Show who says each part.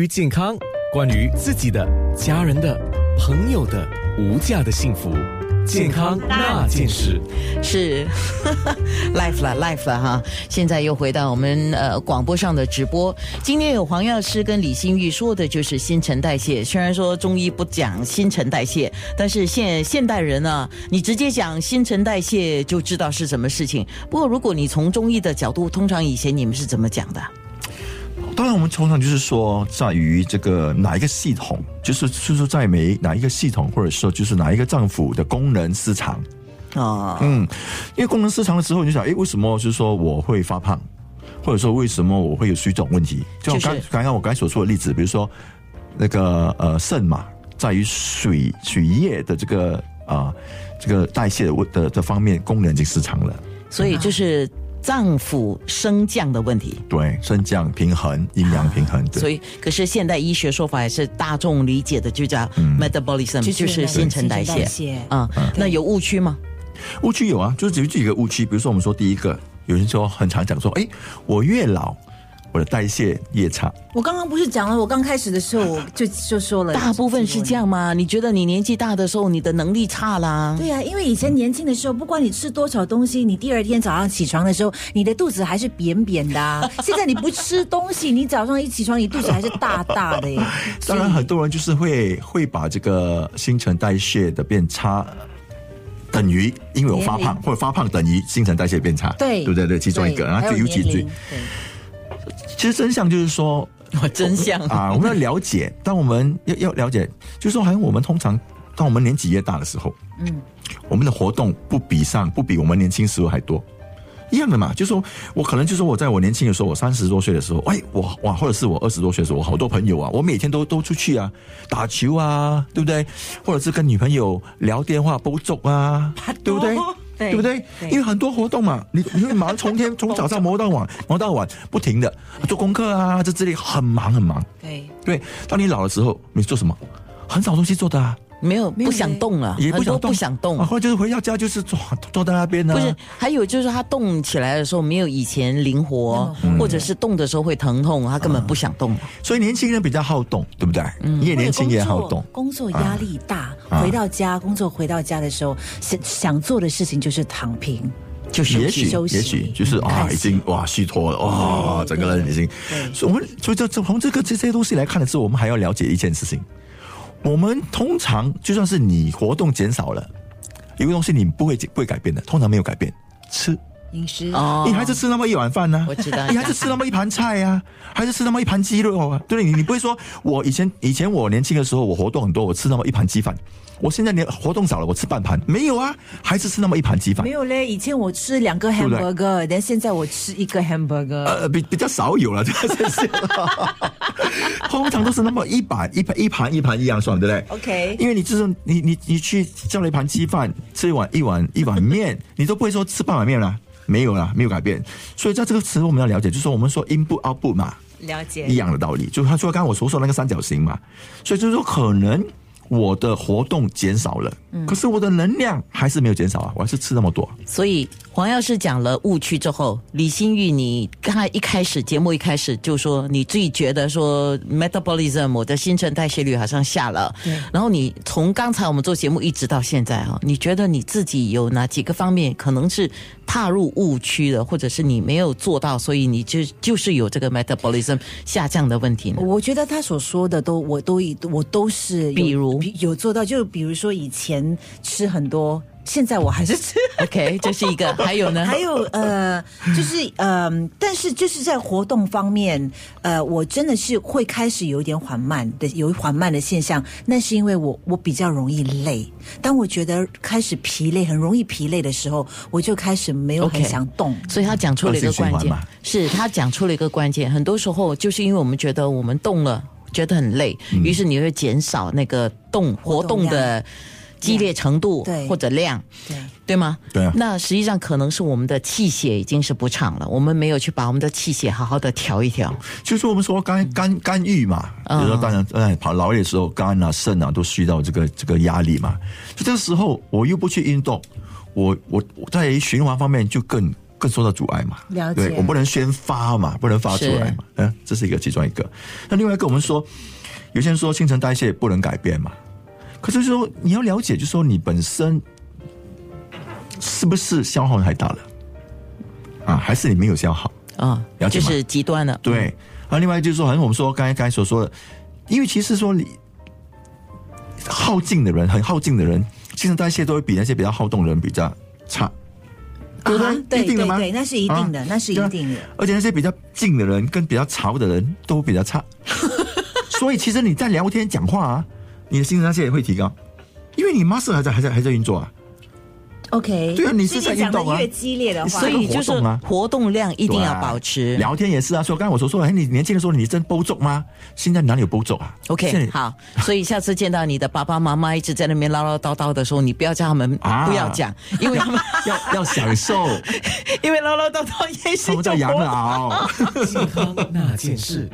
Speaker 1: 于健康，关于自己的、家人的、朋友的无价的幸福，健康那件事。
Speaker 2: 是 life 了，life 了哈！现在又回到我们呃广播上的直播。今天有黄药师跟李新玉说的就是新陈代谢。虽然说中医不讲新陈代谢，但是现现代人啊，你直接讲新陈代谢就知道是什么事情。不过如果你从中医的角度，通常以前你们是怎么讲的？
Speaker 3: 当然，我们通常就是说，在于这个哪一个系统，就是就是说在每哪一个系统，或者说就是哪一个脏腑的功能失常。
Speaker 2: 哦，
Speaker 3: 嗯，因为功能失常了之后，你就想，诶，为什么就是说我会发胖，或者说为什么我会有水肿问题？就
Speaker 2: 就
Speaker 3: 像
Speaker 2: 是
Speaker 3: 刚刚刚我刚才所说的例子，比如说那个呃肾嘛，在于水水液的这个啊、这个代谢的问的的方面功能已经失常了。
Speaker 2: 所以就是脏腑升降的问题。
Speaker 3: 对，升降平衡、阴阳平衡，对
Speaker 2: 所以，可是现代医学说法也是大众理解的，就叫 metabolism，、就是新陈代嗯谢。
Speaker 4: 嗯
Speaker 2: 啊、
Speaker 3: 嗯
Speaker 2: 那有误区吗？
Speaker 3: 误区有啊，就是有几个误区，比如说我们说第一个，有人说很常讲说，哎，我越老，我的代谢越差。
Speaker 4: 我刚刚不是讲了，我刚开始的时候我就就说了，
Speaker 2: 大部分是这。样吗？你觉得你年纪大的时候，你的能力差啦？
Speaker 4: 对呀、啊因为以前年轻的时候，不管你吃多少东西，你第二天早上起床的时候，你的肚子还是扁扁的、 啊。现在你不吃东西，你早上一起床，你肚子还是大大的耶。
Speaker 3: 当然，很多人就是会会把这个新陈代谢的变差。等于因为我发
Speaker 4: 年
Speaker 3: 胖，
Speaker 4: 龄
Speaker 3: 或者发胖等于新陈代谢变差，
Speaker 4: 对
Speaker 3: 对不对？对，其中一个，然后就
Speaker 4: 还有
Speaker 3: 尤其
Speaker 4: 年
Speaker 3: 最
Speaker 4: 龄，对
Speaker 3: 其实真相就是说，
Speaker 2: 我真相
Speaker 3: 啊，我们要 了解，当我们要要了解，就是说，好像我们通常，当我们年纪越大的时候，
Speaker 4: 嗯，
Speaker 3: 我们的活动不比上，不比我们年轻时候还多。一样的嘛，就说我可能就说我在我年轻的时候，我三十多岁的时候，哎，我哇，或者是我二十多岁的时候，我好多朋友啊，我每天都都出去啊，打球啊，对不对？或者是跟女朋友聊电话、煲粥啊，对不对？
Speaker 4: 对
Speaker 3: 对不对？
Speaker 4: 对
Speaker 3: 因为很多活动嘛，你你会忙从天从早上忙到晚，忙到晚，不停的做功课啊，这之类很忙很忙。
Speaker 4: 对，
Speaker 3: 对，当你老的时候，你做什么？很少东西做的啊，
Speaker 2: 没有
Speaker 4: 有
Speaker 2: 不想动了，
Speaker 3: 也不
Speaker 2: 啊很多
Speaker 3: 想动，
Speaker 2: 不想动。
Speaker 3: 啊，或者就是回到家就是坐坐在那边啊呢、
Speaker 2: 不是，还有就是他动起来的时候没有以前灵活，或者是动的时候会疼痛，他根
Speaker 3: 啊
Speaker 2: 本不想动了。
Speaker 3: 所以年轻人比较好动，对不对？你也年轻也好动，
Speaker 4: 工作压力大，
Speaker 3: 啊
Speaker 4: 回到家工作回到家的时候，想想做的事情就是躺平。
Speaker 2: 就是
Speaker 3: 也许
Speaker 4: 休息嗯
Speaker 3: 也许就是啊，
Speaker 4: 开始
Speaker 3: 已经哇虚脱了，哇，整个人已经。所以我们所以这这从这个这些东西来看的时候，我们还要了解一件事情：我们通常就算是你活动减少了，有个东西你不会不会改变的，通常没有改变，吃。
Speaker 4: 饮食
Speaker 2: 哦
Speaker 3: 你还是吃那么一碗饭呢、
Speaker 2: 我知道
Speaker 3: 你还是吃那么一盘菜呀、还是吃那么一盘鸡肉啊？对你，你不会说我以前以前我年轻的时候，我活动很多，我吃那么一盘鸡饭。我现在连活动少了，我吃半盘，没有啊，还是吃那么一盘鸡饭
Speaker 4: 没。有嘞，以前我吃两个
Speaker 3: 不对
Speaker 4: hamburger，但现在我吃一个 hamburger。
Speaker 3: 呃，比比较少有 了，这个真是，通常都是那么一盘一盘一盘一盘一样算，对不对
Speaker 4: OK
Speaker 3: 因为你就是你你你去叫了一盘鸡饭，吃一碗一碗一碗面， 你都不会说吃半碗面啦，没有啦，没有改变。所以在这个词我们要了解，就是说我们说 input output 嘛，
Speaker 4: 了解
Speaker 3: 一样的道理，就是他说刚刚我所说的那个三角形嘛，所以就是说可能我的活动减少了，可是我的能量还是没有减少啊，我还是吃那么多。
Speaker 2: 所以黄药师讲了误区之后，李新玉，你刚才一开始节目一开始就说你自己觉得说 metabolism 我的新陈代谢率好像下了，然后你从刚才我们做节目一直到现在啊，你觉得你自己有哪几个方面可能是踏入误区了，或者是你没有做到，所以你就就是有这个 metabolism 下降的问 题呢？
Speaker 4: 我觉得他所说的都，我都已我都是有，
Speaker 2: 比如
Speaker 4: 有做到，就比如说以前吃很多，现在我还是吃。
Speaker 2: OK，这是一个，还有呢？
Speaker 4: 还有呃，就是嗯、但是就是在活动方面，呃，我真的是会开始有一点缓慢的，有缓慢的现象。那是因为我我比较容易累，当我觉得开始疲累，很容易疲累的时候，我就开始没有很
Speaker 2: OK
Speaker 4: 想动。
Speaker 2: 所以他讲出了一个关
Speaker 3: 恶性循环
Speaker 2: 键
Speaker 3: 嘛，
Speaker 2: 是他讲出了一个关键。很多时候就是因为我们觉得我们动了，觉得很累，
Speaker 3: 嗯
Speaker 2: 于是你会减少那个动活
Speaker 4: 活动
Speaker 2: 动
Speaker 4: 量
Speaker 2: 的激烈程度
Speaker 4: 对
Speaker 2: 或者量，
Speaker 4: 对，
Speaker 2: 对吗？
Speaker 3: 对啊
Speaker 2: 那实际上可能是我们的气血已经是不畅了，我们没有去把我们的气血好好的调一调。
Speaker 3: 就是我们说肝肝肝郁嘛，比
Speaker 2: 嗯
Speaker 3: 如说当然，哎，跑劳累的时候，肝啊、肾啊都需到这个这个压力嘛。就这个时候，我又不去运动，我我我在循环方面就更更受到阻碍嘛。
Speaker 4: 了解
Speaker 3: 对我不能宣发嘛，不能发出来嘛。嗯，这是一个其中一个。那另外一个，我们说有些人说新陈代谢不能改变嘛，可是说你要了解，就是说你本身是不是消耗太大了啊，还是你没有消耗？
Speaker 2: 啊、
Speaker 3: 了解
Speaker 2: 就
Speaker 3: 吗
Speaker 2: 是极端了。
Speaker 3: 对，啊，另外就是说，好像我们说刚才刚才所说的，因为其实说你耗尽的人，很耗尽的人，新陈代谢都会比那些比较好动的人比较差，对不
Speaker 4: 啊对
Speaker 3: 一定的吗？
Speaker 4: 对对那是一定的
Speaker 3: 啊
Speaker 4: 那是一定的。
Speaker 3: 而且那些比较静的人跟比较潮的人都比 较差，所以其实你在聊天讲话啊，你的新陈代谢也会提高，因为你 muscle 还在还在还在运作啊。
Speaker 4: OK，
Speaker 3: 对啊你
Speaker 4: 所
Speaker 3: 是
Speaker 4: 以
Speaker 3: 在运
Speaker 4: 讲的
Speaker 3: 动啊
Speaker 4: 越激烈的话，
Speaker 2: 嗯所以就
Speaker 3: 这个活
Speaker 2: 是
Speaker 3: 动啊
Speaker 2: 活动量一定要
Speaker 3: 对啊
Speaker 2: 保持。
Speaker 3: 聊天也是啊，所以刚才我所说的，哎，你年轻的时候你真包足吗？现在哪里有包足啊
Speaker 2: OK，
Speaker 3: 现在
Speaker 2: 好，所以下次见到你的爸爸妈妈一直在那边唠唠叨叨的时候，你不要叫他们
Speaker 3: 啊
Speaker 2: 不要讲，因为他们
Speaker 3: 要要享 受，
Speaker 2: 因为唠唠叨叨也是
Speaker 3: 他们在 啊
Speaker 2: 一种
Speaker 3: 养
Speaker 2: 活
Speaker 3: 老。
Speaker 1: 健康那件事。